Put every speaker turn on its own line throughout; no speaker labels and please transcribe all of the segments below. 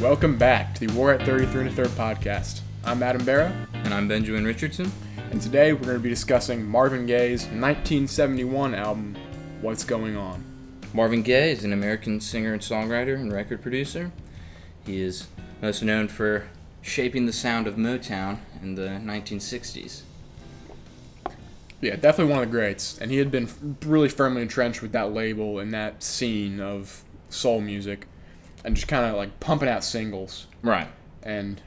Welcome back to the War at 33 and a Third podcast. I'm Adam Barra,
And I'm Benjamin Richardson.
and today we're going to be discussing Marvin Gaye's 1971 album, What's Going On.
Marvin Gaye is an American singer and songwriter and record producer. He is most known for shaping the sound of Motown in the 1960s.
Yeah, definitely one of the greats, and he had been f- really firmly entrenched with that label and that scene of soul music, and just kind of like pumping out singles.
Right.
And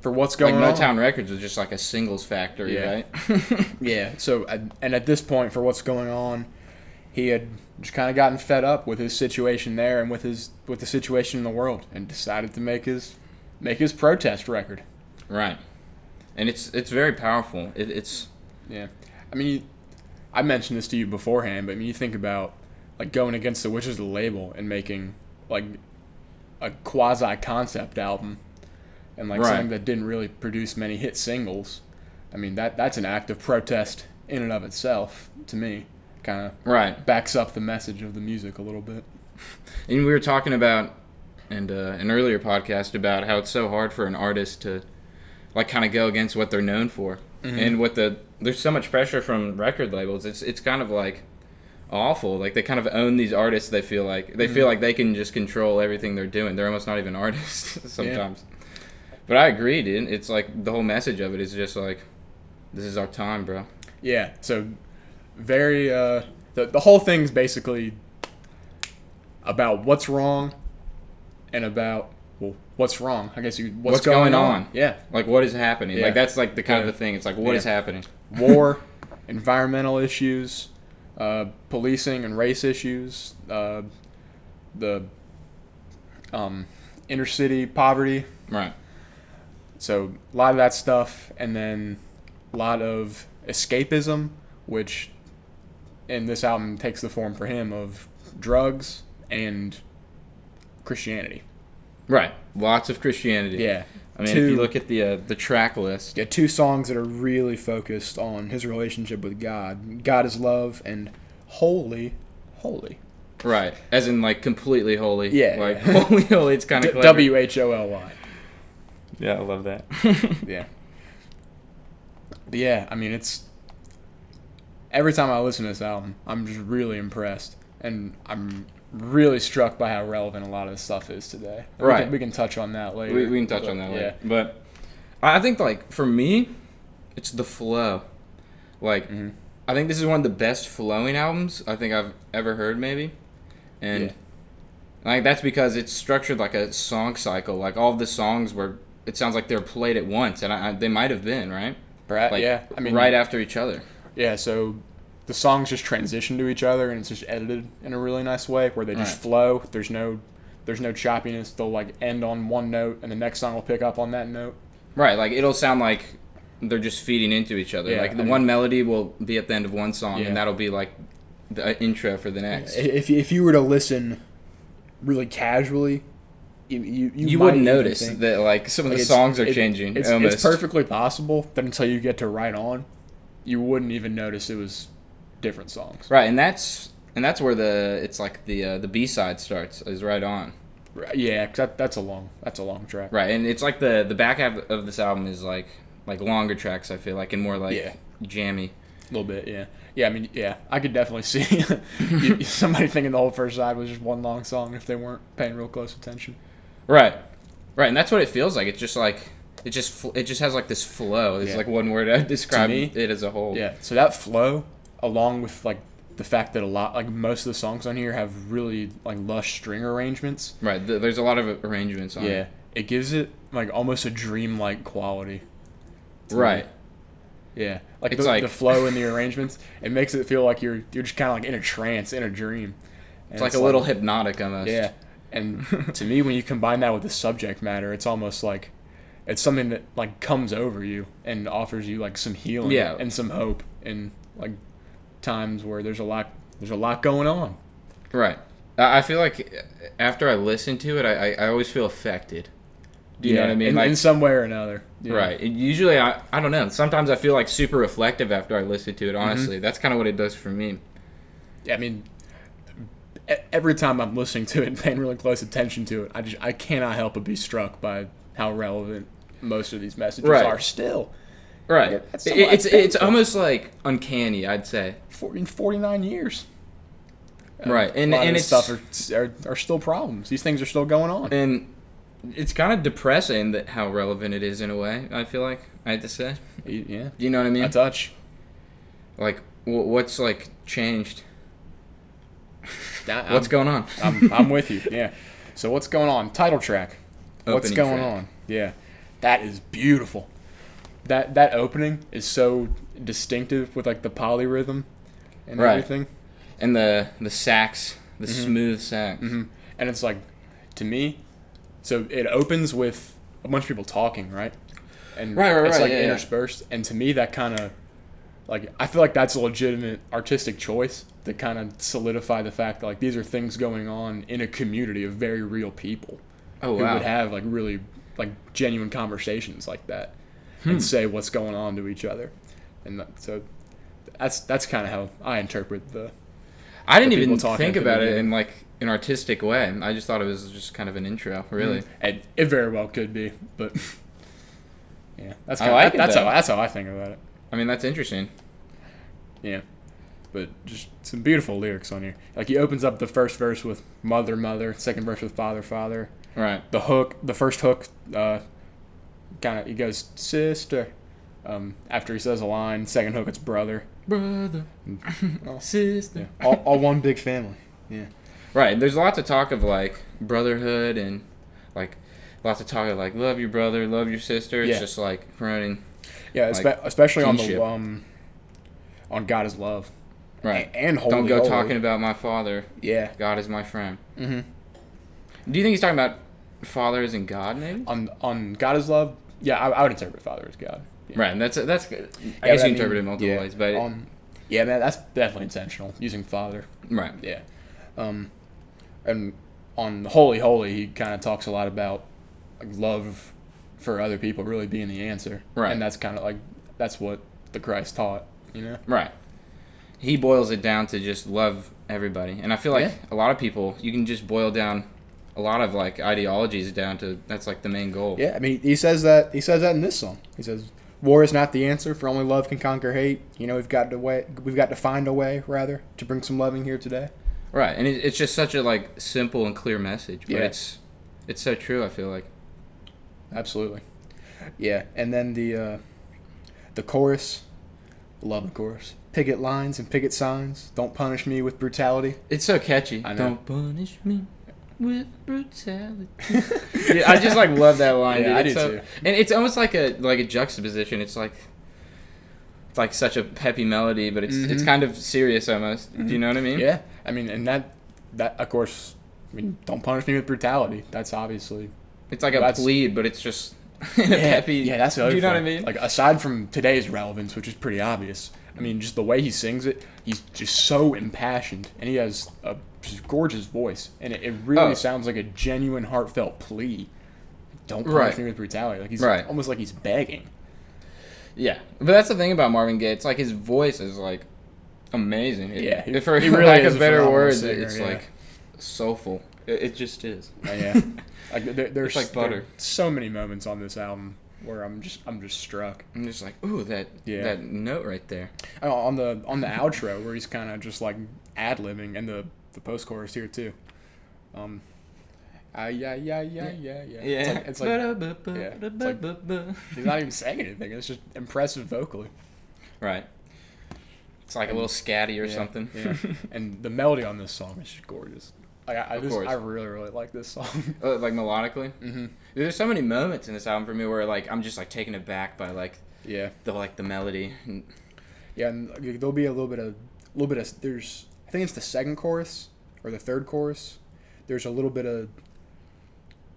for What's
Like
Going On,
Motown Records was just like a singles factory,
Oh. Yeah.
right?
Yeah. So, at- and at this point, for what's going on, he had just kind of gotten fed up with his situation there and with his with the situation in the world, and decided to make his make his protest record.
right. And it's it's very powerful. It, it's
Yeah. I mean, you, I mentioned this to you beforehand, but I mean, you think about like going against the Witches of the label and making like a quasi concept album, and like
Right.
something that didn't really produce many hit singles. I mean, that that's an act of protest in and of itself to me, kind of.
right.
backs up the message of the music a little bit.
And we were talking about, and uh, an earlier podcast about how it's so hard for an artist to, like, kind of go against what they're known for,
Mm-hmm.
and what the there's so much pressure from record labels. It's it's kind of like awful. Like they kind of own these artists. They feel like they
Mm-hmm.
feel like they can just control everything they're doing. They're almost not even artists sometimes. But I agree, dude. It's like the whole message of it is just like, this is our time, bro.
Yeah, so very uh the the whole thing's basically about what's wrong and about well, what's wrong? I guess you what's,
What's going on?
Yeah.
Like what is happening?
Yeah.
Like that's like the kind
Yeah.
of the thing. It's like what
Yeah.
is happening?
War, environmental issues, uh policing and race issues, uh the um inner city poverty.
Right.
So a lot of that stuff, and then a lot of escapism, which in this album takes the form for him of drugs and Christianity.
Right. Lots of Christianity.
Yeah,
I mean,
Two-
if you look at the uh, the track list,
yeah, two songs that are really focused on his relationship with God. God is love and holy, holy.
right? As in, like completely holy.
Yeah,
Like
yeah.
holy, holy. It's kind of
W H O L Y.
Yeah, I love that.
Yeah. But yeah, I mean it's every time I listen to this album, I'm just really impressed and I'm really struck by how relevant a lot of this stuff is today. We can- We
Right.
can, touch on that later.
we, we can touch
but
on that
yeah.
later. But I I think, like for me, it's the flow. Like,
Mm-hmm.
I think this is one of the best flowing albums I think I've ever heard, maybe. And
Yeah.
like that's because it's structured like a song cycle. Like all the songs were, it sounds like they're played at once, and I, I, they might have been right.
Right,
Like,
uh, yeah. I mean
right after each other.
Yeah, so the songs just transition to each other and it's just edited in a really nice way where they just
Right.
flow. There's no there's no choppiness. They'll like end on one note and the next song will pick up on that note.
Right, like it'll sound like they're just feeding into each other.
Yeah,
like the
I mean-
one melody will be at the end of one song,
Yeah.
and that'll be like the uh, intro for the next.
if if you were to listen really casually, you you, you,
you
might
wouldn't
even
notice
think-
that like some of the
It's-
songs are
it-
changing.
It's,
almost.
it's perfectly possible that until you get to right on, you wouldn't even notice it was different songs.
Right, and that's and that's where the it's like the uh, the B side starts is right on.
Right. Yeah, 'cause that, that's a long that's a long track.
Right, and it's like the the back half of this album is like like longer tracks. I feel like and more like
Yeah.
jammy.
A little bit. Yeah. Yeah. I mean, yeah, I could definitely see you- somebody thinking the whole first side was just one long song if they weren't paying real close attention.
Right, right, and that's what it feels like. It's just like it just fl- it just has like this flow. It's
Yeah.
like one word I describe
me,
it as a whole.
Yeah. So that flow, along with like the fact that a lot like most of the songs on here have really like lush string arrangements.
Right. Th- there's a lot of arrangements on
Yeah,
it.
it gives it like almost a dreamlike quality. to me.
Right.
Yeah, like
It's
the,
like-
the flow and the arrangements. It makes it feel like you're you're just kind of like in a trance, in a dream. And
It's like a little hypnotic almost.
yeah, and to me, when you combine that with the subject matter, it's almost like it's something that like comes over you and offers you like some healing
Yeah.
and some hope in like times where there's a lot there's a lot going on.
Right. I I feel like uh, after I listen to it, I, I, I always feel affected. Do you know what I mean?
In,
like,
in some way or another. Yeah.
right. It usually, I, I don't know. Sometimes I feel like super
Mm-hmm.
reflective after I listen to it, honestly. That's kind of what it does for me.
I mean, e- every time I'm listening to it and paying really close attention to it, I just I cannot help but be struck by how relevant most of these messages
Right.
are still.
Right.
Yeah, that's
It-
somewhat
it's it's
painful.
almost like uncanny, I'd say.
For, in 49 years.
Right. And
a lot
and
of
it's
this stuff are, are, are still problems. These things are still going on.
and it's kind of depressing that how relevant it is in a way. I feel like I have to say.
Y- yeah.
You know what I mean?
A touch.
like wh- what's like changed?
I- I'm-
What's going on?
I'm, I'm with you. Yeah. So what's going on? Title track. what's
Opening
going
track.
on? Yeah. That is beautiful. That that opening is so distinctive with like the polyrhythm and
Right.
everything.
and the the sax, the
Mm-hmm.
smooth sax.
And it's like to me so it opens with a bunch of people talking, right? And
Right, right,
it's
right,
like
yeah, yeah.
interspersed. And to me that kinda like I feel like that's a legitimate artistic choice to kind of solidify the fact that like these are things going on in a community of very real people.
Oh
who
wow.
would have like really like genuine conversations like that
Hmm.
and say what's going on to each other and that, so that's that's kind of how i interpret the
I didn't
the
even
people talking
think
at the
about it
beginning.
in like an artistic way. I just thought it was just kind of an intro, really.
and it very well could be but yeah that's
I
kind
like
of
it,
that's how
though.
that's how i think about it
I mean, that's interesting.
yeah but just some beautiful lyrics on here like he opens up the first verse with mother mother second verse with father father
Right.
the hook, the first hook, uh, kind of he goes sister. Um, after he says a line, second hook it's brother.
Brother,
Oh.
sister.
All, all one big family. Yeah.
Right. There's lots of talk of like brotherhood and like lots of talk of like love your brother, love your sister. It's
Yeah.
just like promoting.
Yeah, espe-
Like,
especially on
kinship.
the um, on God is love.
Right.
A- and holy.
Don't go
Holy.
talking about my father.
Yeah.
God is my friend.
hmm
Do you think he's talking about father as in God, maybe?
On on God is love. Yeah, I, I would interpret father as God. Yeah.
Right. That's that's. good. I
Yeah,
guess
but
you interpret it
mean,
multiple
yeah,
ways, but
on, yeah, man, that's definitely intentional using father.
right.
Yeah. Um, and on Holy Holy, he kind of talks a lot about like, love for other people really being the answer.
Right.
And that's kind of like, that's what the Christ taught, you know?
Right. He boils it down to just love everybody. And I feel like
Yeah.
a lot of people, you can just boil down a lot of like ideologies down to that's like the main goal.
Yeah, I mean, he says that, he says that in this song. He says, war is not the answer, for only love can conquer hate. You know, we've got to way, we've got to find a way, rather, to bring some loving here today.
Right. And it, it's just such a like simple and clear message, but
Yeah.
it's it's so true, I feel like.
Absolutely. Yeah, and then the uh, the chorus, love the chorus. Picket lines and picket signs. Don't punish me with brutality.
It's so catchy.
I know.
Don't punish me with brutality. Dude, I just like love that line.
Yeah, I
dude. It's
do
so-
too.
And it's almost like a like a juxtaposition. It's like it's like such a peppy melody, but it's it's
Mhm.
kind of serious almost. Do you know what I mean?
Mm-hmm. Yeah, I mean, and that that of course, I mean, don't punish me with brutality. That's obviously
It's like a
That's-
bleed, but it's just in a peppy.
Yeah, that's the
Do
other
you know what I
thing.
mean?
Like aside from today's relevance, which is pretty obvious. I mean, just the way he sings it, he's just so impassioned, and he has a just gorgeous voice, and it, it really
Oh.
sounds like a genuine, heartfelt plea. Don't punish
Right.
me with brutality. Like he's
Right.
almost like he's begging.
yeah, but that's the thing about Marvin Gaye. It's like his voice is like amazing. It-
Yeah, he-
if for
he
really
really
lack
is
of
a
better
phenomenal
words,
singer,
it's
yeah.
like soulful. It, it just is.
Uh, yeah, like there, there's
like butter.
there- so many moments on this album where I'm just I'm just struck.
I'm just like, ooh, that
Yeah.
that note right there.
Oh, on the on the outro where he's kind of just like ad libbing, and the the post chorus here too. Um, ah, yeah, yeah, yeah, yeah, yeah. It's like, it's like yeah, it's like- he's not even saying anything. It's just impressive vocally.
right. It's like a little scatty or
Yeah,
something.
yeah. and the melody on this song is just gorgeous. Like, I I,
Of
just,
course.
I really really like this song.
Uh, like melodically.
mm-hmm.
Dude, There's so many moments in this album for me where like I'm just like taken aback by like
Yeah,
the like the melody. And,
yeah. And like, there'll be a little bit of a little bit of there's I think it's the second chorus or the third chorus. There's a little bit of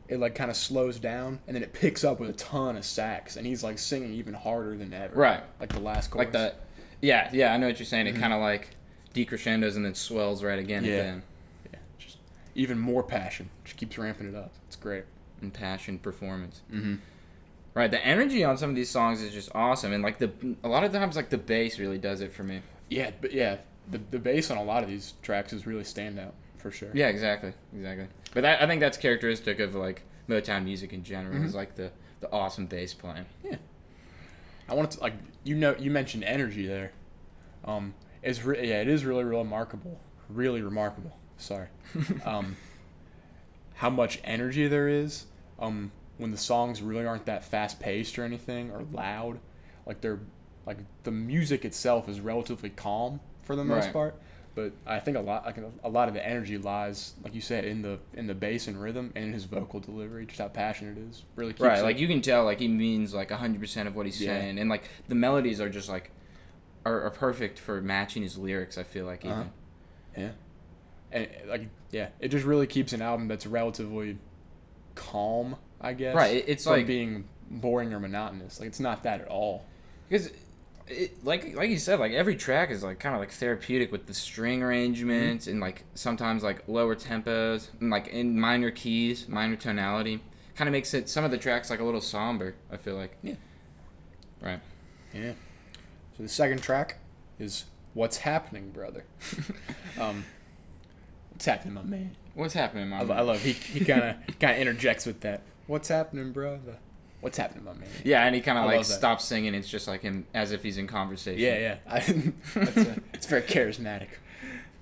it like kind of slows down and then it picks up with a ton of sax and he's like singing even harder than ever.
right.
Like the last chorus.
like the yeah yeah i know what you're saying it kind of like decrescendos and then swells right again
Mm-hmm. Yeah.
and then
Yeah, just even more passion. Just keeps ramping it up. It's great.
impassioned performance
Mm-hmm.
right the energy on some of these songs is just awesome and like the a lot of times like the bass really does it for me
Yeah, but yeah, the the bass on a lot of these tracks is really standout. for sure.
Yeah, exactly, exactly. But that, I think that's characteristic of like Motown music in general is
Mm-hmm.
like the the awesome bass playing.
Yeah. I wanted to like you know you mentioned energy there. Um, it's re- yeah it is really really remarkable, really remarkable. Sorry, um, how much energy there is um, when the songs really aren't that fast paced or anything or loud. Like they're like the music itself is relatively calm for the most
Right.
part. But I think a lot like a lot of the energy lies, like you said, in the in the bass and rhythm and in his vocal delivery. Just how passionate it is. Really keeps
Right,
it-
like you can tell, like he means like hundred percent of what he's
Yeah.
saying, and like the melodies are just like are, are perfect for matching his lyrics. I feel like even
Uh-huh. Yeah. And uh, like yeah, it just really keeps an album that's relatively calm, I guess.
Right, it- it's
from
like-
being boring or monotonous. Like it's not that at all.
because it, like like you said, like every track is like kind of like therapeutic with the string
Mm-hmm.
arrangements and like sometimes like lower tempos and like in minor keys, minor tonality. Kind of makes it some of the tracks like a little somber. I feel like
Yeah.
right.
Yeah. So the second track is What's Happening, Brother. um What's happening, my man?
What's happening,
I,
Mom?
lo- I love he he kinda kinda interjects with that. What's happening, brother? What's happening, my man?
Yeah, and he kind
I
of like
love that.
stops singing. It's just like him as if he's in conversation.
Yeah, yeah. I, that's uh it's very charismatic.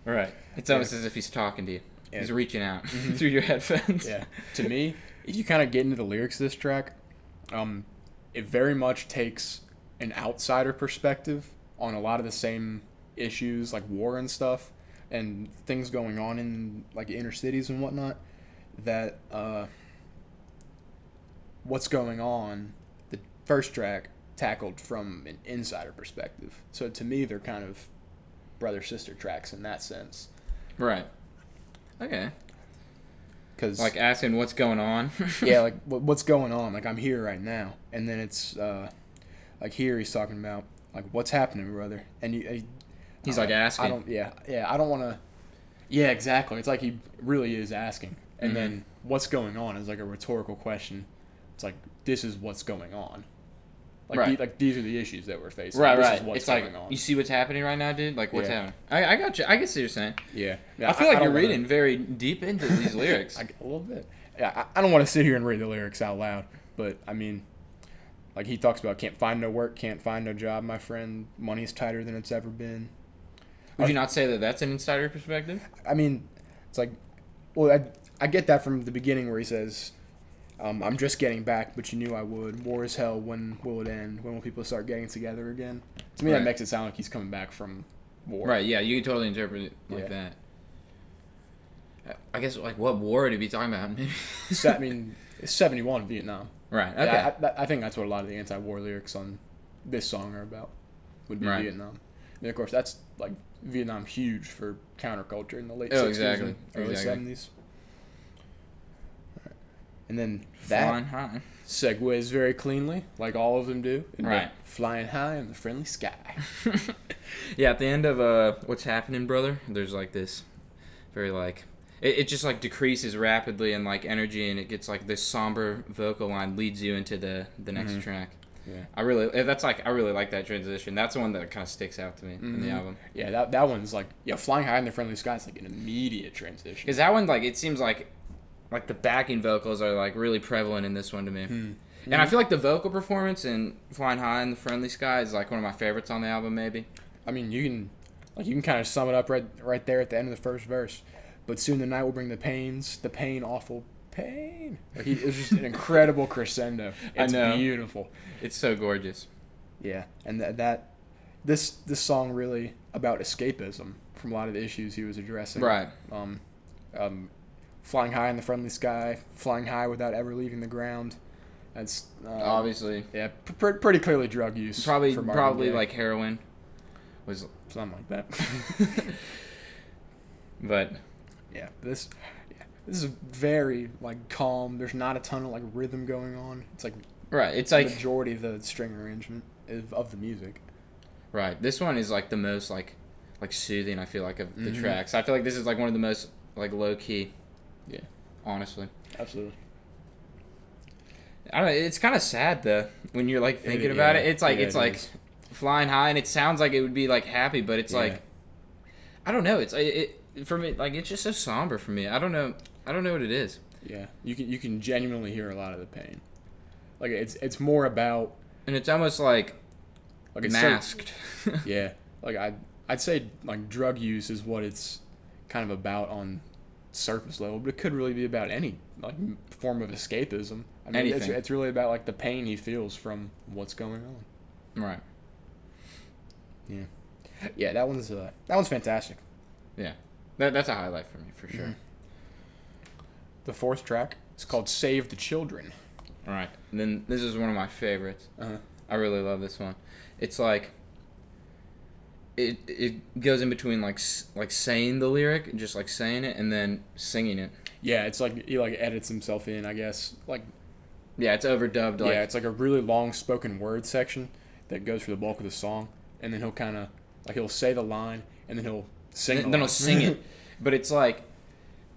Right. It's almost as if he's talking to you.
Yeah. Mm-hmm.
He's reaching out through your headphones.
yeah. To me, if you kind of get into the lyrics of this track, um, it very much takes an outsider perspective on a lot of the same issues like war and stuff and things going on in like inner cities and whatnot that uh, what's going on the first track tackled from an insider perspective so to me they're kind of brother sister tracks in that sense
Right. Okay.
because
Like asking what's going on.
yeah, like what, what's going on? Like I'm here right now, and then it's uh, like here he's talking about like what's happening, brother, and you, I-
He's
I-
like asking.
I don't. Yeah, yeah. I don't want to. Yeah, exactly. It's like he really is asking, and
Mhm.
then what's going on is like a rhetorical question. It's like this is what's going on. Like,
Right.
the- like these are the issues that we're facing.
Right,
this
right.
Is what's
it's
going
like
on.
you see what's happening right now, dude. Like what's
Yeah.
happening? I, I got you. I can see what you're saying.
yeah.
I feel like
don't
you're
wanna-
reading very deep into these lyrics.
Like, a little bit. Yeah, I, I don't want to sit here and read the lyrics out loud, but I mean, like he talks about can't find no work, can't find no job, my friend. Money's tighter than it's ever been.
Would you not say that that's an insider perspective?
I mean, it's like, well, I, I get that from the beginning where he says, um, I'm just getting back, but you knew I would. War is hell. When will it end? When will people start getting together again? To me,
Right.
that makes it sound like he's coming back from war.
Right. Yeah. You can totally interpret it like
Yeah.
that. I- I guess like what war would he be talking about? Maybe.
So, I mean, it's 71 Vietnam.
right. Okay.
Yeah, I- that- I, think that's what a lot of the anti-war lyrics on this song are about. Would be
Right.
Vietnam. And of course, that's like Vietnam huge for counterculture in the late
Oh,
60s
exactly.
and early
Exactly.
70s. And then that
Flying high.
segues very cleanly, like all of them do. into
Right.
Flying high in the friendly sky.
yeah, at the end of uh, what's happening, brother? There's like this very like it, it just like decreases rapidly in like energy, and it gets like this somber vocal line leads you into the the next track.
Mm-hmm. Yeah.
I really eh, that's like I really like that transition. That's the one that kind of sticks out to me in the
Mhm.
album.
Yeah, that, that one's like yeah, flying high in the friendly sky is like an immediate transition.
Because that one like it seems like like the backing vocals are like really prevalent in this one to me.
Hmm.
And
Mm-hmm.
I feel like the vocal performance in Flying High in the Friendly Sky is like one of my favorites on the album, maybe.
I mean, you can like you can kind of sum it up right right there at the end of the first verse. But soon the night will bring the pains, the pain, awful pain. Like he, it's just an incredible crescendo.
I
It's
know.
beautiful.
It's so gorgeous.
Yeah, and that that this this song really about escapism from a lot of the issues he was addressing.
Right.
Um, um, flying high in the friendly sky, flying high without ever leaving the ground. That's um,
Obviously.
Yeah, pr- pr- pretty clearly drug use.
probably
for Marvin
probably
Gaye.
like heroin was
something like that.
but
Yeah, this yeah, this is very like calm. There's not a ton of like rhythm going on. It's like,
right it's
the
like
majority of the string arrangement of, of the music.
right this one is like the most like like soothing i feel like of the
Mhm.
tracks i feel like this is like one of the most like low key
Yeah.
honestly
Absolutely.
i don't know it's kind of sad though when you're like thinking
It-
about
yeah.
it it's like
Yeah,
it's
it
like
is.
flying high and it sounds like it would be like happy but it's
Yeah.
like i don't know it's it, it for me like it's just so somber for me. I don't know. I don't know what it is.
Yeah, you can you can genuinely hear a lot of the pain. Like it's it's more about
And it's almost like
like it's so-
masked.
yeah, like I I'd say like drug use is what it's kind of about on surface level, but it could really be about any like m- form of escapism. I mean, it's,
Anything.
it's really about like the pain he feels from what's going on.
right.
Yeah, that one's uh, that one's fantastic.
Yeah. That that's a highlight for me for sure.
Mm-hmm. The fourth track is called "Save the Children."
All right. And then this is one of my favorites.
Uh-huh.
I really love this one. It's like it it goes in between like s- like saying the lyric, and just like saying it, and then singing it.
Yeah, it's like he like edits himself in, I guess. Like
Yeah, it's overdubbed. Like,
yeah, it's like a really long spoken word section that goes for the bulk of the song, and then he'll kind of like he'll say the line, and then he'll sing.
then
the
then I'll
line.
sing it. But it's like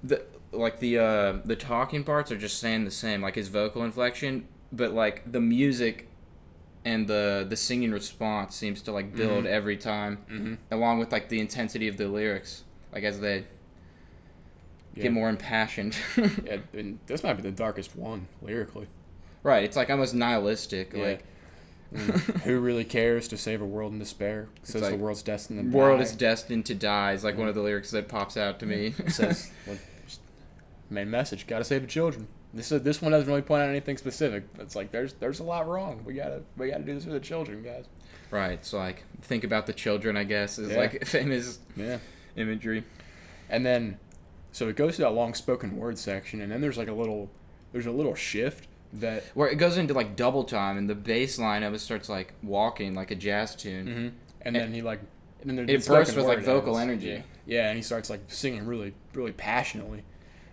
the like the uh, the talking parts are just saying the same, like his vocal inflection, but like the music and the the singing response seems to like build
Mm-hmm.
every time, along with like the intensity of the lyrics, like as they
Yeah.
get more impassioned.
Yeah, and this might be the darkest one lyrically.
right, it's like almost nihilistic,
Yeah.
like
Who really cares to save a world in despair? Says the
like,
world's destined. to
world
die.
is destined to die is like one of the lyrics that pops out to me.
says like, just main message. Got to save the children. This is, this one doesn't really point out anything specific. It's like there's there's a lot wrong. We gotta we gotta do this for the children, guys.
right, it's like think about the children, I guess, is
Yeah.
like famous
Yeah.
imagery.
And then, so it goes to that long spoken word section, and then there's like a little, there's a little shift that
where it goes into like double time and the bass line of it starts like walking like a jazz tune.
Mm-hmm. and then he like and then there-
It
the spoken
bursts with, like,
word
vocal
ends.
energy.
Yeah, and he starts like singing really really passionately,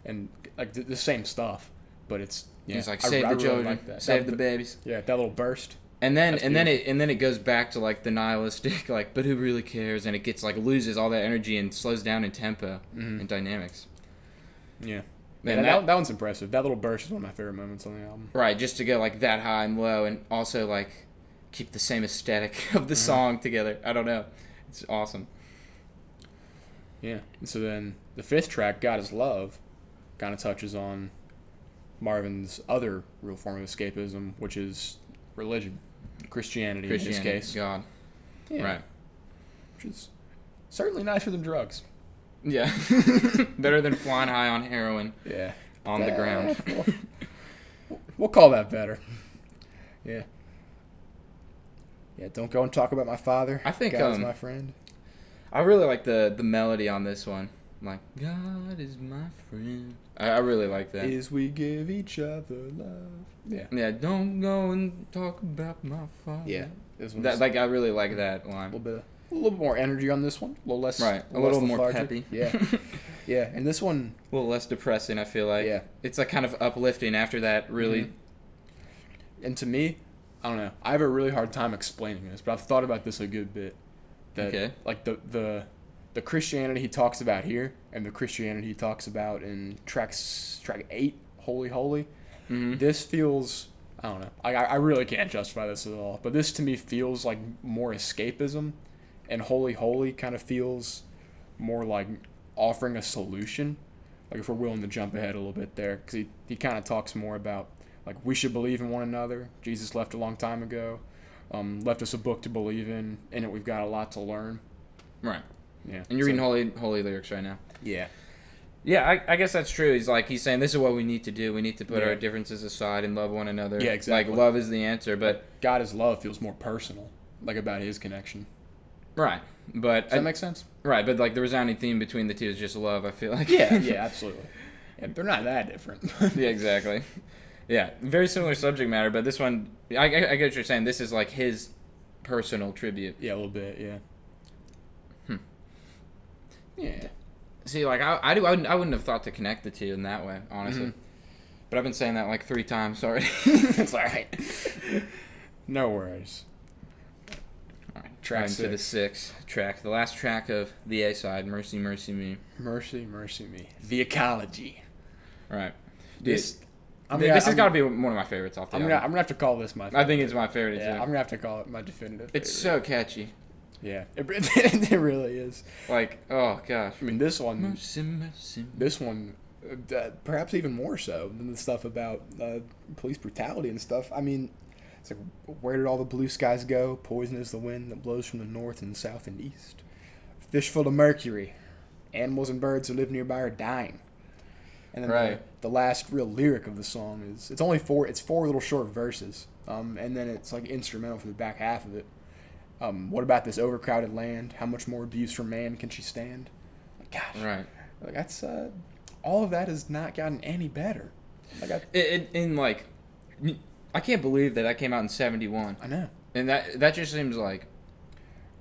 and like the, the same stuff, but it's yeah.
He's like
I-
save
I
the
really
children,
like that.
save
That-
the babies,
yeah that little burst.
and then
That's
and then it and then it goes back to like the nihilistic like but who really cares and it gets like loses all that energy and slows down in tempo
Mm-hmm.
and dynamics.
Yeah.
Man,
yeah, that,
that-
that one's impressive. That little burst is one of my favorite moments on the album.
Right, just to go like that high and low and also like keep the same aesthetic of
Mm-hmm.
the song together. I don't know, it's awesome.
Yeah. And so then the fifth track, God is Love, kind of touches on Marvin's other real form of escapism, which is religion, Christianity, in
Christianity,
this case.
God,
Yeah,
right?
Which is certainly nicer than drugs.
Yeah, better than flying high on heroin
Yeah.
on the ground.
we'll, we'll call that better. Yeah. Yeah, don't go and talk about my father.
I think,
God is
um,
my friend.
I really like the the melody on this one. Like God is my friend. I, I really like that.
Is we give each other love. Yeah.
yeah, don't go and talk about my father.
Yeah. This one's
That like I really like that line.
a little bit of, a little bit more energy on this one. A little less
Right, a
less
little more
lethargic.
peppy.
Yeah. Yeah. And this one
a little less depressing, I feel like.
Yeah.
It's like kind of uplifting after that really
and to me, I don't know. I have a really hard time explaining this, but I've thought about this a good bit. That
Okay.
like the the the Christianity he talks about here and the Christianity he talks about in track s- track eight, Holy Holy. This feels I don't know. I I I really can't justify this at all. But this to me feels like more escapism, and Holy Holy kind of feels more like offering a solution. Like if we're willing to jump ahead a little bit there, because he, he kind of talks more about like we should believe in one another. Jesus left a long time ago, um, left us a book to believe in. In it, we've got a lot to learn.
Right.
Yeah,
And you're
so-
reading holy holy lyrics right now.
Yeah,
Yeah, I, I guess that's true. He's like he's saying this is what we need to do. We need to put
Yeah.
our differences aside and love one another.
Yeah, exactly.
Like love is the answer, but
God is love feels more personal, like about his connection.
right. But
Does that
I-
make sense?
right, but like the resounding theme between the two is just love. I feel like
yeah, absolutely. Yeah, they're not that different.
yeah, exactly. Yeah, very similar subject matter, but this one, I, I, I get what you're saying. This is like his personal tribute.
yeah, a little bit. Yeah. Hmm. Yeah.
See, like I, I do, I wouldn't, I wouldn't have thought to connect the two in that way, honestly.
Mm-hmm.
But I've been saying that like three times already.
it's all right. No worries. Track
Track to the
six.
sixth track, the last track of the A side, "Mercy, Mercy Me."
Mercy, mercy me. The ecology.
All right,
This. I'm
Th-
gonna,
this
I'm,
has got to be one of my favorites off the
I'm
album.
gonna, I'm gonna have to call this my.
I think it's my favorite
yeah,
too.
I'm gonna have to call it my definitive.
it's
favorite.
so catchy.
Yeah, it, it really is.
Like, oh gosh.
I mean, this one,
Mercy, mercy.
this one, uh, perhaps even more so than the stuff about uh, police brutality and stuff. I mean, it's like, where did all the blue skies go? Poison is the wind that blows from the north and south and east. Fish full of mercury. Animals and birds who live nearby are dying. And then
Right.
the, the last real lyric of the song is it's only four it's four little short verses, um, and then it's like instrumental for the back half of it. Um, what about this overcrowded land? How much more abuse from man can she stand? Like, gosh,
Right.
like that's uh, all of that has not gotten any better. Like I,
It, it, and like, I can't believe that that came out in '71,
I know.
and that that just seems like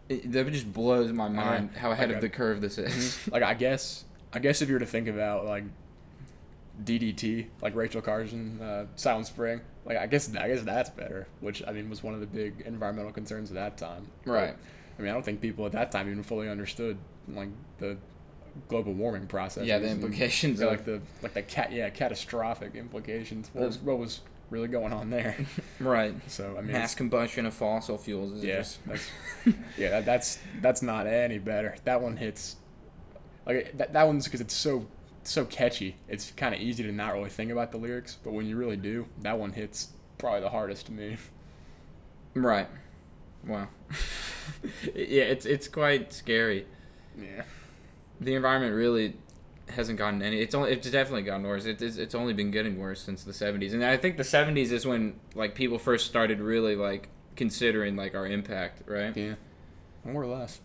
it, that just blows my mind how ahead
Okay.
of the curve this is.
like I guess I guess if you were to think about like DDT, like Rachel Carson, uh, Silent Spring, like I guess I guess that's better, which I mean was one of the big environmental concerns at that time.
Right.
I mean I don't think people at that time even fully understood like the global warming process.
yeah, the
and-
implications
or,
of
like the like the cat yeah catastrophic implications. What was, what was really going on there?
right
So I mean
mass
it's-
combustion of fossil fuels. Is
yeah,
just-
that's, yeah, that, that's that's not any better. That one hits, like that, that one's because it's so so catchy. It's kind of easy to not really think about the lyrics, but when you really do, that one hits probably the hardest to me.
right. Wow. yeah, it's it's quite scary.
Yeah,
the environment really hasn't gotten any it's only it's definitely gotten worse it, it's, it's only been getting worse since the 70s and i think the 70s is when like people first started really like considering like our impact right
yeah, more or less.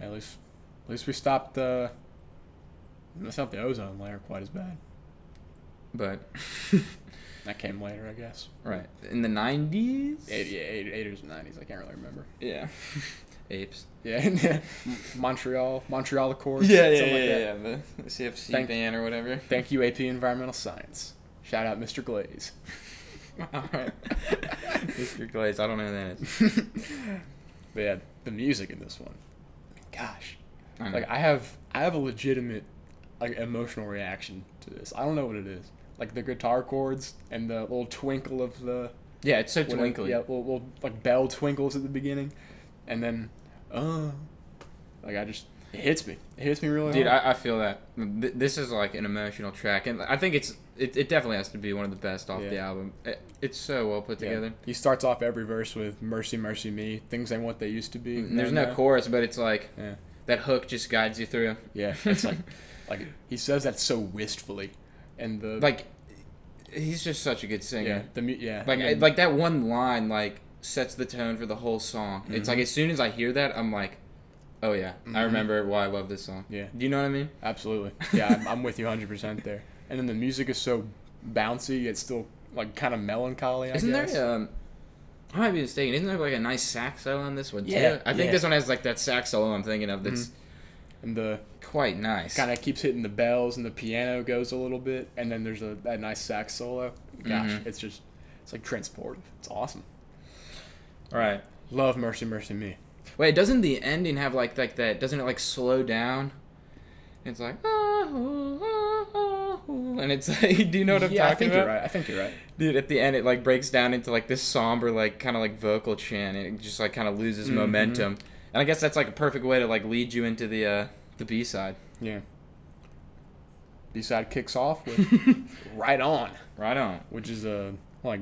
At least, at least we stopped the. not the ozone layer quite as bad.
but
That came later, I guess.
right in the 90s
Eight, yeah, eight, eighties and nineties. I can't really remember.
yeah apes
Yeah, Montreal, Montreal Accords. something like that.
the cfc
Thank-
ban or whatever
Thank you, AP Environmental Science. Shout out, Mr. Glaze.
all right mr glaze i don't know who that is
But yeah, the music in this one, gosh,
I know.
like I have, I have a legitimate, like emotional reaction to this. I don't know what it is. Like the guitar chords and the little twinkle of the
yeah it's so
whatever-
twinkly
yeah, little, little like bell twinkles at the beginning, and then, uh, like I just it hits me. It hits me really
Dude,
hard.
I, I feel that Th- this is like an emotional track, and I think it's it, it definitely has to be one of the best off the
Yeah.
album. It, it's so well put
Yeah.
together.
He starts off every verse with "Mercy, mercy me," things ain't what they used to be.
Mm, There's no chorus, but it's like
Yeah.
that hook just guides you through.
Yeah, it's like, like he says that so wistfully, and the
Like he's just such a
yeah,
good singer.
the mu- yeah,
Like
I
I,
mean,
like that one line like sets the tone for the whole song. It's
Mm-hmm.
like as soon as I hear that, I'm like, oh yeah, I remember why I love this song.
Yeah.
do you know what I mean?
absolutely. Yeah, I'm, I'm with you 100 percent there. And then the music is so bouncy, yet still like kind of melancholy. I
Isn't
guess.
there? Um, I might be mistaken. Isn't there like a nice sax solo on this one
Yeah,
too? I think
yeah. Mm-hmm.
this one has like that sax solo I'm thinking of. That's
and the
quite nice.
kind of keeps hitting the bells, and the piano goes a little bit, and then there's a that nice sax solo. Gosh,
Mm-hmm.
it's just it's like transportive. It's awesome.
Right.
Love, mercy, mercy me.
Wait, doesn't the ending have like like that? Doesn't it like slow down? It's like "Ah, oh, oh, oh, and it's like, do you know what I'm
yeah, I
talking
think
about?
you're right. I think you're right.
Dude, at the end, it like breaks down into like this somber, like kind of like vocal chant, and it just like kind of loses
Mm-hmm.
momentum. And I guess that's like a perfect way to like lead you into the uh the B side.
Yeah. B side kicks off with "Right On."
Right on.
which is a like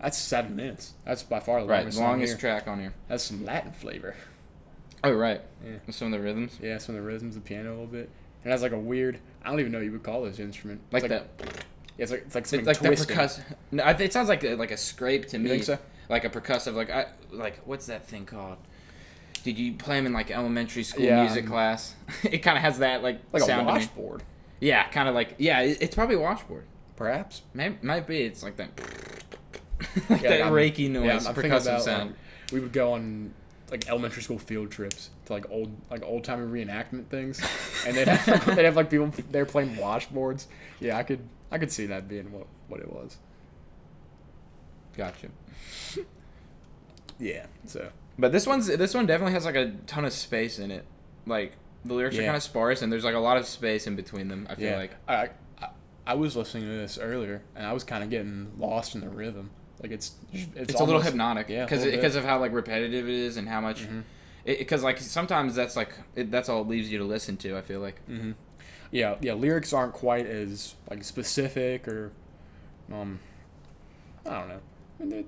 that's seven minutes. That's by far the
Right,
longest, song
longest
here.
track on here.
That's some Latin flavor.
Oh right.
Yeah.
Some of the rhythms.
Yeah, some of the rhythms, the piano a little bit, and that's like a weird. I don't even know what you would call this instrument. It's
Like, that.
Yeah, it's like it's like
It's
something
like that
twisting.
percussive. No, I th- it sounds like a, like a scrape to me.
think so?
Like a percussive, like I like what's that thing called? Did you play them in like elementary school
Yeah,
music
um,
class? it kind of has that like,
like a
sound to me.
washboard,
Yeah, kind of like yeah. It, it's probably washboard.
perhaps.
Might might be. It's like that. like
Yeah,
that
I'm-
reiki noise,
yeah, I'm- I'm thinking
percussive
about,
sound.
like, we would go on like elementary school field trips to like old like old time reenactment things, and they'd have, they'd have like people they're playing washboards. Yeah, I could I could see that being what what it was.
Gotcha.
Yeah. So
But this one's this one definitely has like a ton of space in it. Like the lyrics are
Yeah.
kind of sparse, and there's like a lot of space in between them. I feel
Yeah,
like.
I, I I was listening to this earlier, and I was kind of getting lost in the rhythm. Like it's it's,
it's, a little
almost-
hypnotic
yeah, a
because
little bit. Mm-hmm.
because of how like repetitive it is and how much because like sometimes that's like it, that's all it leaves you to listen to. I feel
Mm.
like
yeah, yeah. Lyrics aren't quite as like specific or, um, I don't know. I, mean, they're
I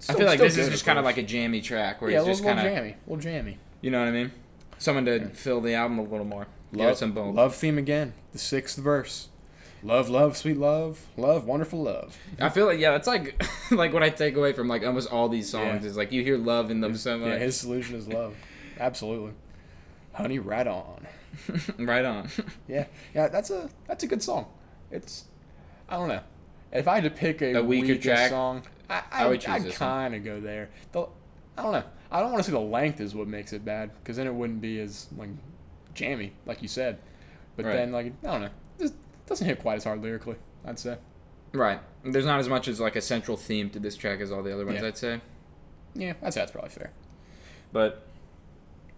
still-
feel like
still
this is
good,
just
of
kind of
course.
like a jammy track where
yeah, a
it's
little,
just
little
kind of
jammy, little jammy.
you know what I mean. Someone to fill the album a little more. Give it
Love,
some bulk.
love theme again. The sixth verse. Love, love, sweet love, love, wonderful love.
I feel like yeah, that's like like what I take away from like almost all these songs is like you hear love in them so much.
Yeah, his solution is love. Absolutely. Honey, right on.
right on.
Yeah, yeah. That's a that's a good song. It's I don't know. If I had to pick a,
A weaker
weaker
track?
song, I I,
I
I
would choose
would
this one.
kind of go there. The, I don't know. I don't want to say the length is what makes it bad because then it wouldn't be as like jammy like you said. But
Right.
then like I don't know. It just doesn't hit quite as hard lyrically. I'd say.
right. There's not as much as like a central theme to this track as all the other ones.
Yeah.
I'd say.
Yeah, I'd say that's probably fair.
But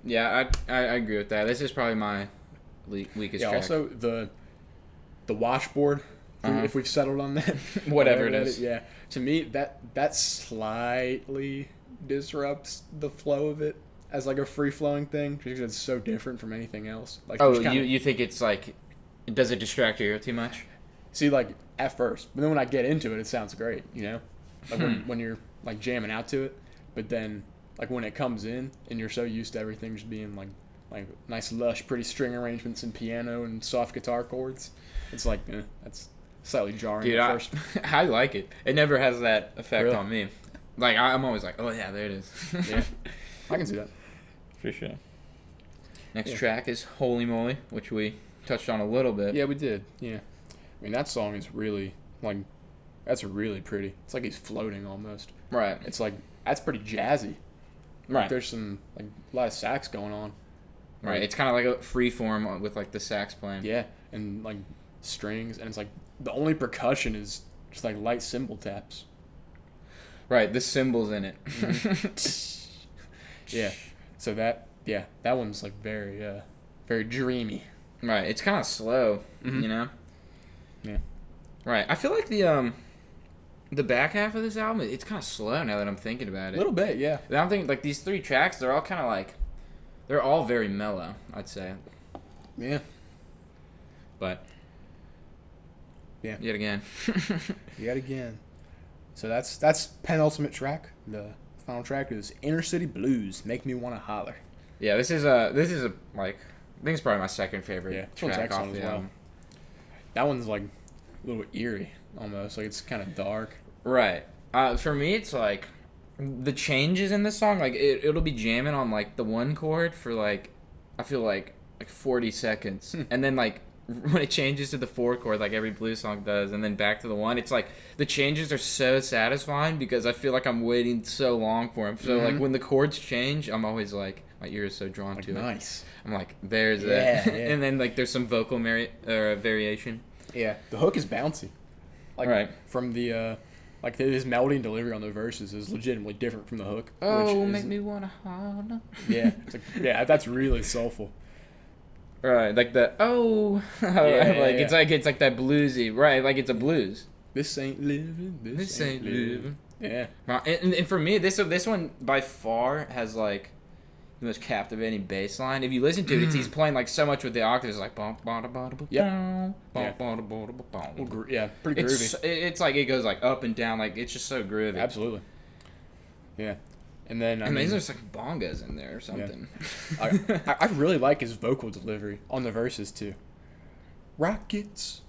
yeah, I, I I agree with that. This is probably my le- weakest
yeah.
track.
Also the the washboard. if we-
Uh-huh.
If we've settled on that,
Whatever it
that
is.
yeah. To me, that that slightly disrupts the flow of it as like a free flowing thing because it's so different from anything else. Like
oh,
it's kinda-
you you think it's like does it distract your ear too much?
see, like at first, but then when I get into it, it sounds great. You know, like when,
Hmm.
when you're like jamming out to it, but then like when it comes in and you're so used to everything just being like like nice lush, pretty string arrangements and piano and soft guitar chords, it's like eh, that's slightly jarring
Dude,
at
I,
first.
I like it. It never has that effect
Really?
on me. Like I, I'm always like, oh yeah, there it is.
Yeah. I can see that.
for sure. Next
Yeah.
track is Holy Moly, which we touched on a little bit.
Yeah, we did. Yeah. I mean, that song is really, like, that's really pretty. It's like he's floating almost.
Right.
It's like, that's pretty jazzy.
Right.
There's some, like, a lot of sax going on.
Right. It's kind of like a free form with like the sax playing.
Yeah. And, like, strings. And it's like, the only percussion is just, like, light cymbal taps.
Right. The cymbals in it.
Mm-hmm. Yeah. So that, yeah, that one's, like, very, uh, very dreamy.
right. It's kind of slow.
Mhm.
You know.
Yeah.
Right. I feel like the um, the back half of this album, it's kind of slow now that I'm thinking about
A
it.
little bit, yeah.
And I'm thinking like these three tracks, they're all kind of like, they're all very mellow. I'd say.
Yeah.
But
Yeah.
yet again,
yet again. So that's that's penultimate track. The final track is Inner City Blues. Make me wanna holler.
yeah, this is a this is a like I think it's probably my second favorite
Yeah, this one's
track off
excellent
the
as well.
album.
That one's like a little eerie almost. Like it's kind of dark.
Right. Uh, for me, it's like the changes in the song. Like it, it'll be jamming on like the one chord for like I feel like like forty seconds, and then like when it changes to the four chord, like every blues song does, and then back to the one. It's like the changes are so satisfying because I feel like I'm waiting so long for them. So like
Mhm.
when the chords change, I'm always Mm-hmm. like my ear is so drawn
Like
to it.
nice.
I'm like, there's
Yeah,
that,
yeah.
and then like there's some vocal mari- or variation.
Yeah. The hook is bouncy. Like
Right.
from the uh like his melody and delivery on the verses is legitimately different from the hook.
Oh,
is-
make me wanna holler.
Yeah. It's like, yeah, that's really soulful.
Right, like the oh,
yeah,
like it's
yeah.
like it's like that bluesy, right? Like it's a blues.
This ain't living, this,
This ain't
ain't, living. Yeah.
Right, And, and for me, this this one by far has like the most captivating bass line. If you listen to it, it's, he's playing like so much with the octaves, like bum ba da ba da ba
Yep.
bum,
Yeah.
bum ba da ba da ba bum.
Well, gro- yeah, pretty groovy.
It's it- it's like it goes like up and down, like it's just so groovy.
Absolutely. Yeah. And then I
And
mean,
there's just like bongas in there or something.
I, I- I really like his vocal delivery on the verses too. Rockets,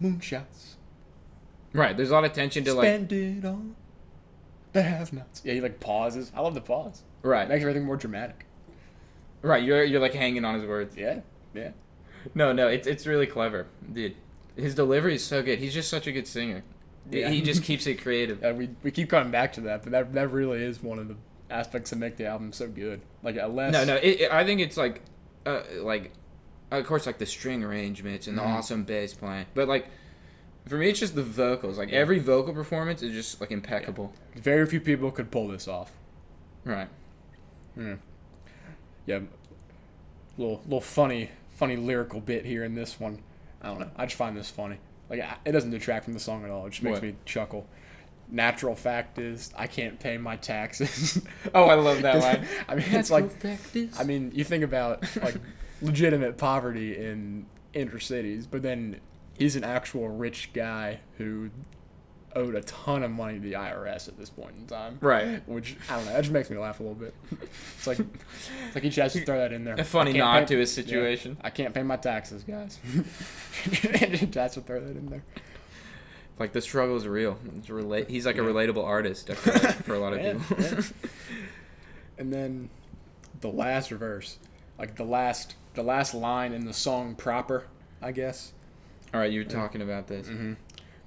moonshots,
right, there's a lot of tension to like
spend it on the have-nots. Yeah, he like pauses. I love the pause. It
right,
makes everything more dramatic.
right. You're you're like hanging on his words.
Yeah, yeah.
No, no, it's it's really clever, dude. His delivery is so good. He's just such a good singer.
Yeah.
He just keeps it creative.
Uh, we we keep coming back to that, but that that really is one of the aspects that make the album so good. Like a less
No, no, it, it- I think it's like, uh, like, of course, like the string arrangements and the
Mhm.
awesome bass playing, but like, for me, it's just the vocals. Like every vocal performance is just like impeccable.
very few people could pull this off.
Right.
Yeah. Yeah. Little little funny funny lyrical bit here in this one. I don't know. I just find this funny. Like I, it doesn't detract from the song at all. It just makes
What?
me chuckle. natural fact is I can't pay my taxes.
Oh, I love that line.
I mean, it's like I mean, you think about like legitimate poverty in inner cities, but then he's an actual rich guy who owed a ton of money to the IRS at this point in time.
Right.
Which I don't know. That just makes me laugh a little bit. It's like it's like he just has to throw that in there.
A funny
I can't
nod to his situation.
I can't pay my taxes, guys. just has to throw that in there.
like the struggle is real. It's relate. He's like a relatable artist I feel like, for a lot of
Yeah,
people.
yeah. and then the last verse, like the last the last line in the song proper, I guess.
All right, you were talking about this.
Mm-hmm.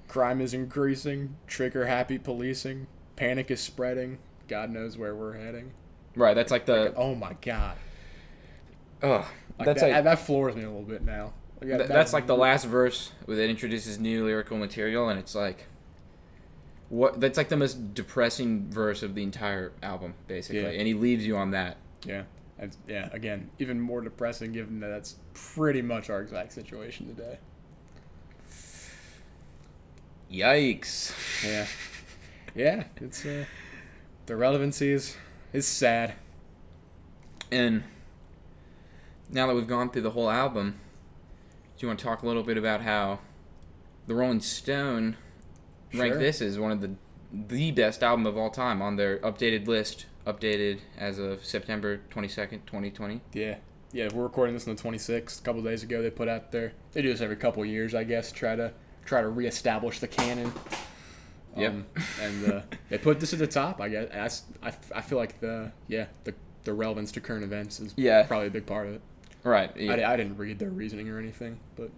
Crime is increasing, trigger happy policing, panic is spreading. God knows where we're heading.
Right, that's like the.
Oh my God!
Oh,
Like
Uh, that's
that,
like
that floors me a little bit now. Like, that-
Th- that's like the last verse where it introduces new lyrical material, and it's like, what? That's like the most depressing verse of the entire album, basically.
Yeah.
And he leaves you on that.
Yeah, That's- yeah. Again, even more depressing given that that's pretty much our exact situation today.
Yikes!
Yeah, yeah. It's uh, the relevancy is is sad.
And now that we've gone through the whole album, do you want to talk a little bit about how the Rolling Stone ranked
Sure.
this as one of the the best album of all time on their updated list, updated as of September twenty second, twenty twenty.
Yeah. Yeah, we're recording this on the 26th. A couple days ago, they put out their. They do this every couple years, I guess, try to try to reestablish the canon.
Yep.
and uh, they put this at the top, I guess. And That's, I, f- I feel like the yeah the, the relevance to current events is
Yeah.
probably a big part of it.
Right. yeah.
I, I didn't read their reasoning or anything, but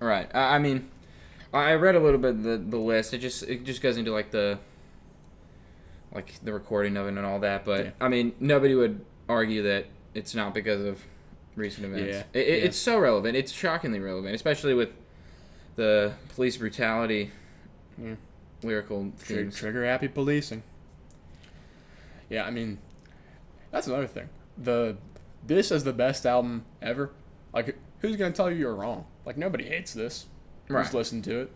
Right. I, I mean, I I read a little bit of the the list. It just it just goes into like the like the recording of it and all that. But
Yeah.
I mean, nobody would argue that it's not because of recent events.
Yeah,
It, it,
yeah.
It's so relevant. It's shockingly relevant, especially with the police brutality.
Yeah.
Lyrical
Trigger,
themes.
trigger happy policing. Yeah, I mean, that's another thing. The this is the best album ever. Like, who's gonna tell you you're wrong? Like, nobody hates this.
Right.
Just listen to it.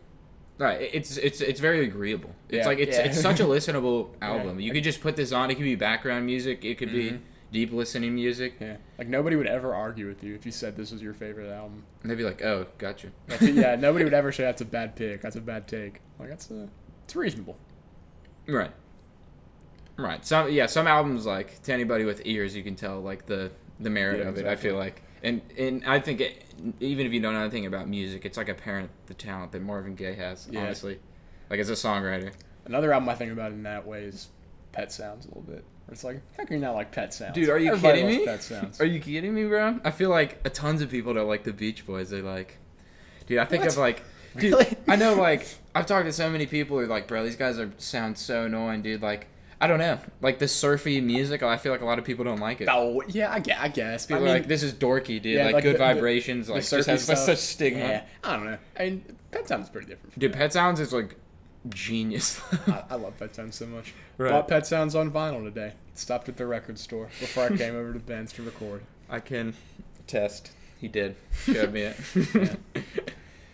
Right, it- it's it's it's very agreeable. It's
Yeah,
like it's
yeah.
it's such a listenable album. You could just put this on. It could be background music. It could be deep listening music.
Mm-hmm. Yeah. Like nobody would ever argue with you if you said this was your favorite album.
And they'd be like, "Oh, gotcha."
Like, yeah, nobody would ever say that's a bad pick. That's a bad take. Like that's uh it's reasonable.
Right. Right. Some yeah, some albums like to anybody with ears, you can tell like the the merit
Yeah,
of it. I
exactly.
feel like, and and I think it, even if you don't know anything about music, it's like apparent the talent that Marvin Gaye has.
Yeah.
Honestly, like as a songwriter.
Another album I think about in that way is Pet Sounds a little bit. Where It's like how can you not like Pet Sounds?
Dude, are you
Everybody
kidding
loves
me?
Pet Sounds.
Are you kidding me, bro? I feel like a tons of people that like the Beach Boys. They're like, dude, I think
What?
of like, dude,
Really?
I know like I've talked to so many people who are like, bro, these guys are sound so annoying, dude. Like, I don't know, like the surfy music. I feel like a lot of people don't like it.
Oh yeah, I guess. I guess.
People
I
are
mean,
like this is dorky, dude.
yeah,
like,
like
good
the- the-
vibrations, like
the
just
surfy
has like,
stuff.
such stigma.
Yeah, I don't know. I mean, Pet Sounds is pretty different. From
Dude, Pet Sounds is like genius.
I, I love Pet Sounds so much.
Right.
Bought Pet Sounds on vinyl today. Stopped at the record store before I came over to Ben's to record.
I can test. He did. Showed me it.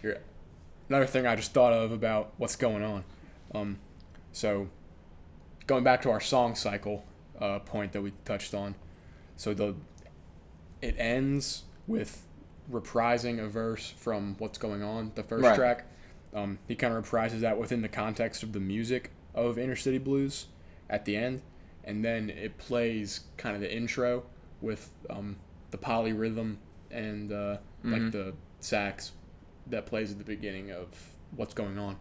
Here- Another thing I just thought of about what's going on. Um, so, going back to our song cycle uh, point that we touched on. So the it ends with reprising a verse from what's going on the first
Right.
track. Um, he kind of reprises that within the context of the music of Inner City Blues at the end, and then it plays kind of the intro with um, the polyrhythm and uh, like the sax that plays at the beginning of what's going on.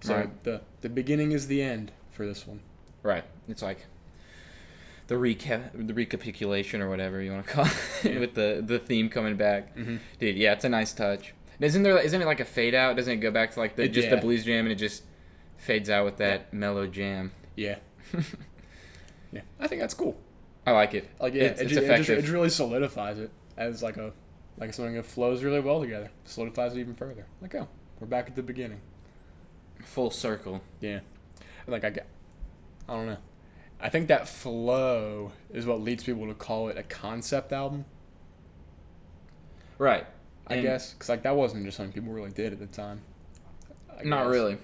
So
Right.
the the beginning is the end for this one.
Right. It's like the recap, the recapitulation or whatever you want to call it, with the the theme coming back.
Mm-hmm.
Dude, yeah, it's a nice touch. And Isn't there? Isn't it like a fade out? Doesn't it go back to like the
It-
just the
yeah.
blues jam and it just fades out with that mellow jam?
Yeah. yeah. I think that's cool.
I like it.
Like yeah,
it's,
it,
it's
ju- it, just,
effective.
it really solidifies it as like a like something that flows really well together. Solidifies it even further. Like oh, we're back at the beginning.
Full circle.
Yeah. And, like I got I don't know. I think that flow is what leads people to call it a concept album,
Right.
I
And-
guess. 'Cause guess, cuz like that wasn't just something people really did at the time. I
Not
guess.
really.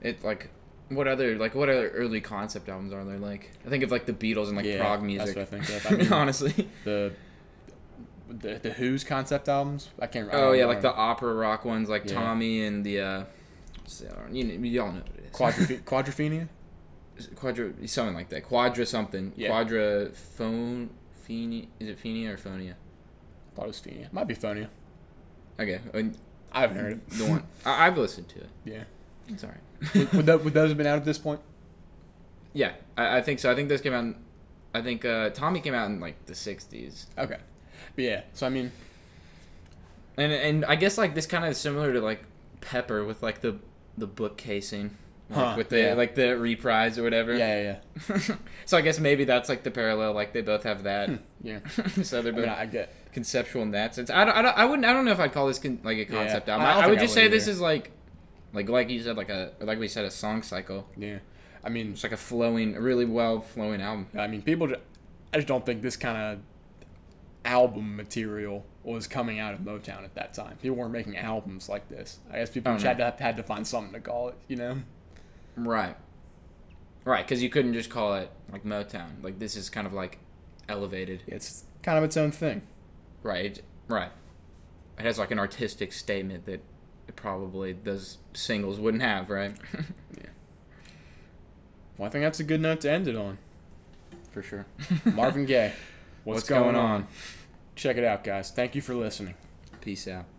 It like what other like what other early concept albums are there? Like I think of like the Beatles and like
Yeah,
prog
that's
music.
what I think of. I mean-
honestly.
The the, the Who's concept albums. I can't. Um, I
Oh
don't
yeah,
know.
like the opera rock ones, like
Yeah.
Tommy and the. uh what's the other one? you, kn- you all know what it is.
Quadrophe- Quadrophenia.
Is it Quadra, something like that. Quadra something.
Yeah.
Quadra phone. Phenia. Is it Phenia or Phonia?
thought it was Phenia. Might be Phonia.
Okay, and
I haven't heard it.
the one I, I've listened to it.
Yeah.
It's alright.
would, tho- would those have been out at this point?
yeah, I, I think so. I think those came out. In, I think uh, Tommy came out in like the '60s.
Okay. But yeah. So I mean,
And and I guess like this kind of similar to like Pepper with like the the book casing, like,
Huh,
with the
yeah.
like the reprise or whatever.
yeah, yeah,
so I guess maybe that's like the parallel. Like they both have that.
yeah. yeah.
so they're
Hmm. I mean,
both
I get.
conceptual in that sense. I don't, I don't. I wouldn't. I don't know if I'd call this con- like a concept
Yeah.
album.
I don't
I, I would
think I
just
would
say this
either.
is like, like like you said, like a or like we said, a song cycle.
Yeah. I mean,
It's like a flowing, a really well flowing album.
I mean, people. Ju- I just don't think this kind of album material was coming out of Motown at that time. People weren't making albums like this. I guess people
Oh,
just had to had to find something to call it. You know.
Right. Right, because you couldn't just call it like Motown. Like this is kind of like elevated.
It's kind of its own thing.
Right, right. It has like an artistic statement that it probably those singles wouldn't have, right?
Well, I think that's a good note to end it on.
For sure.
Marvin Gaye. What's,
What's going on?
Check it out, guys. Thank you for listening.
Peace out.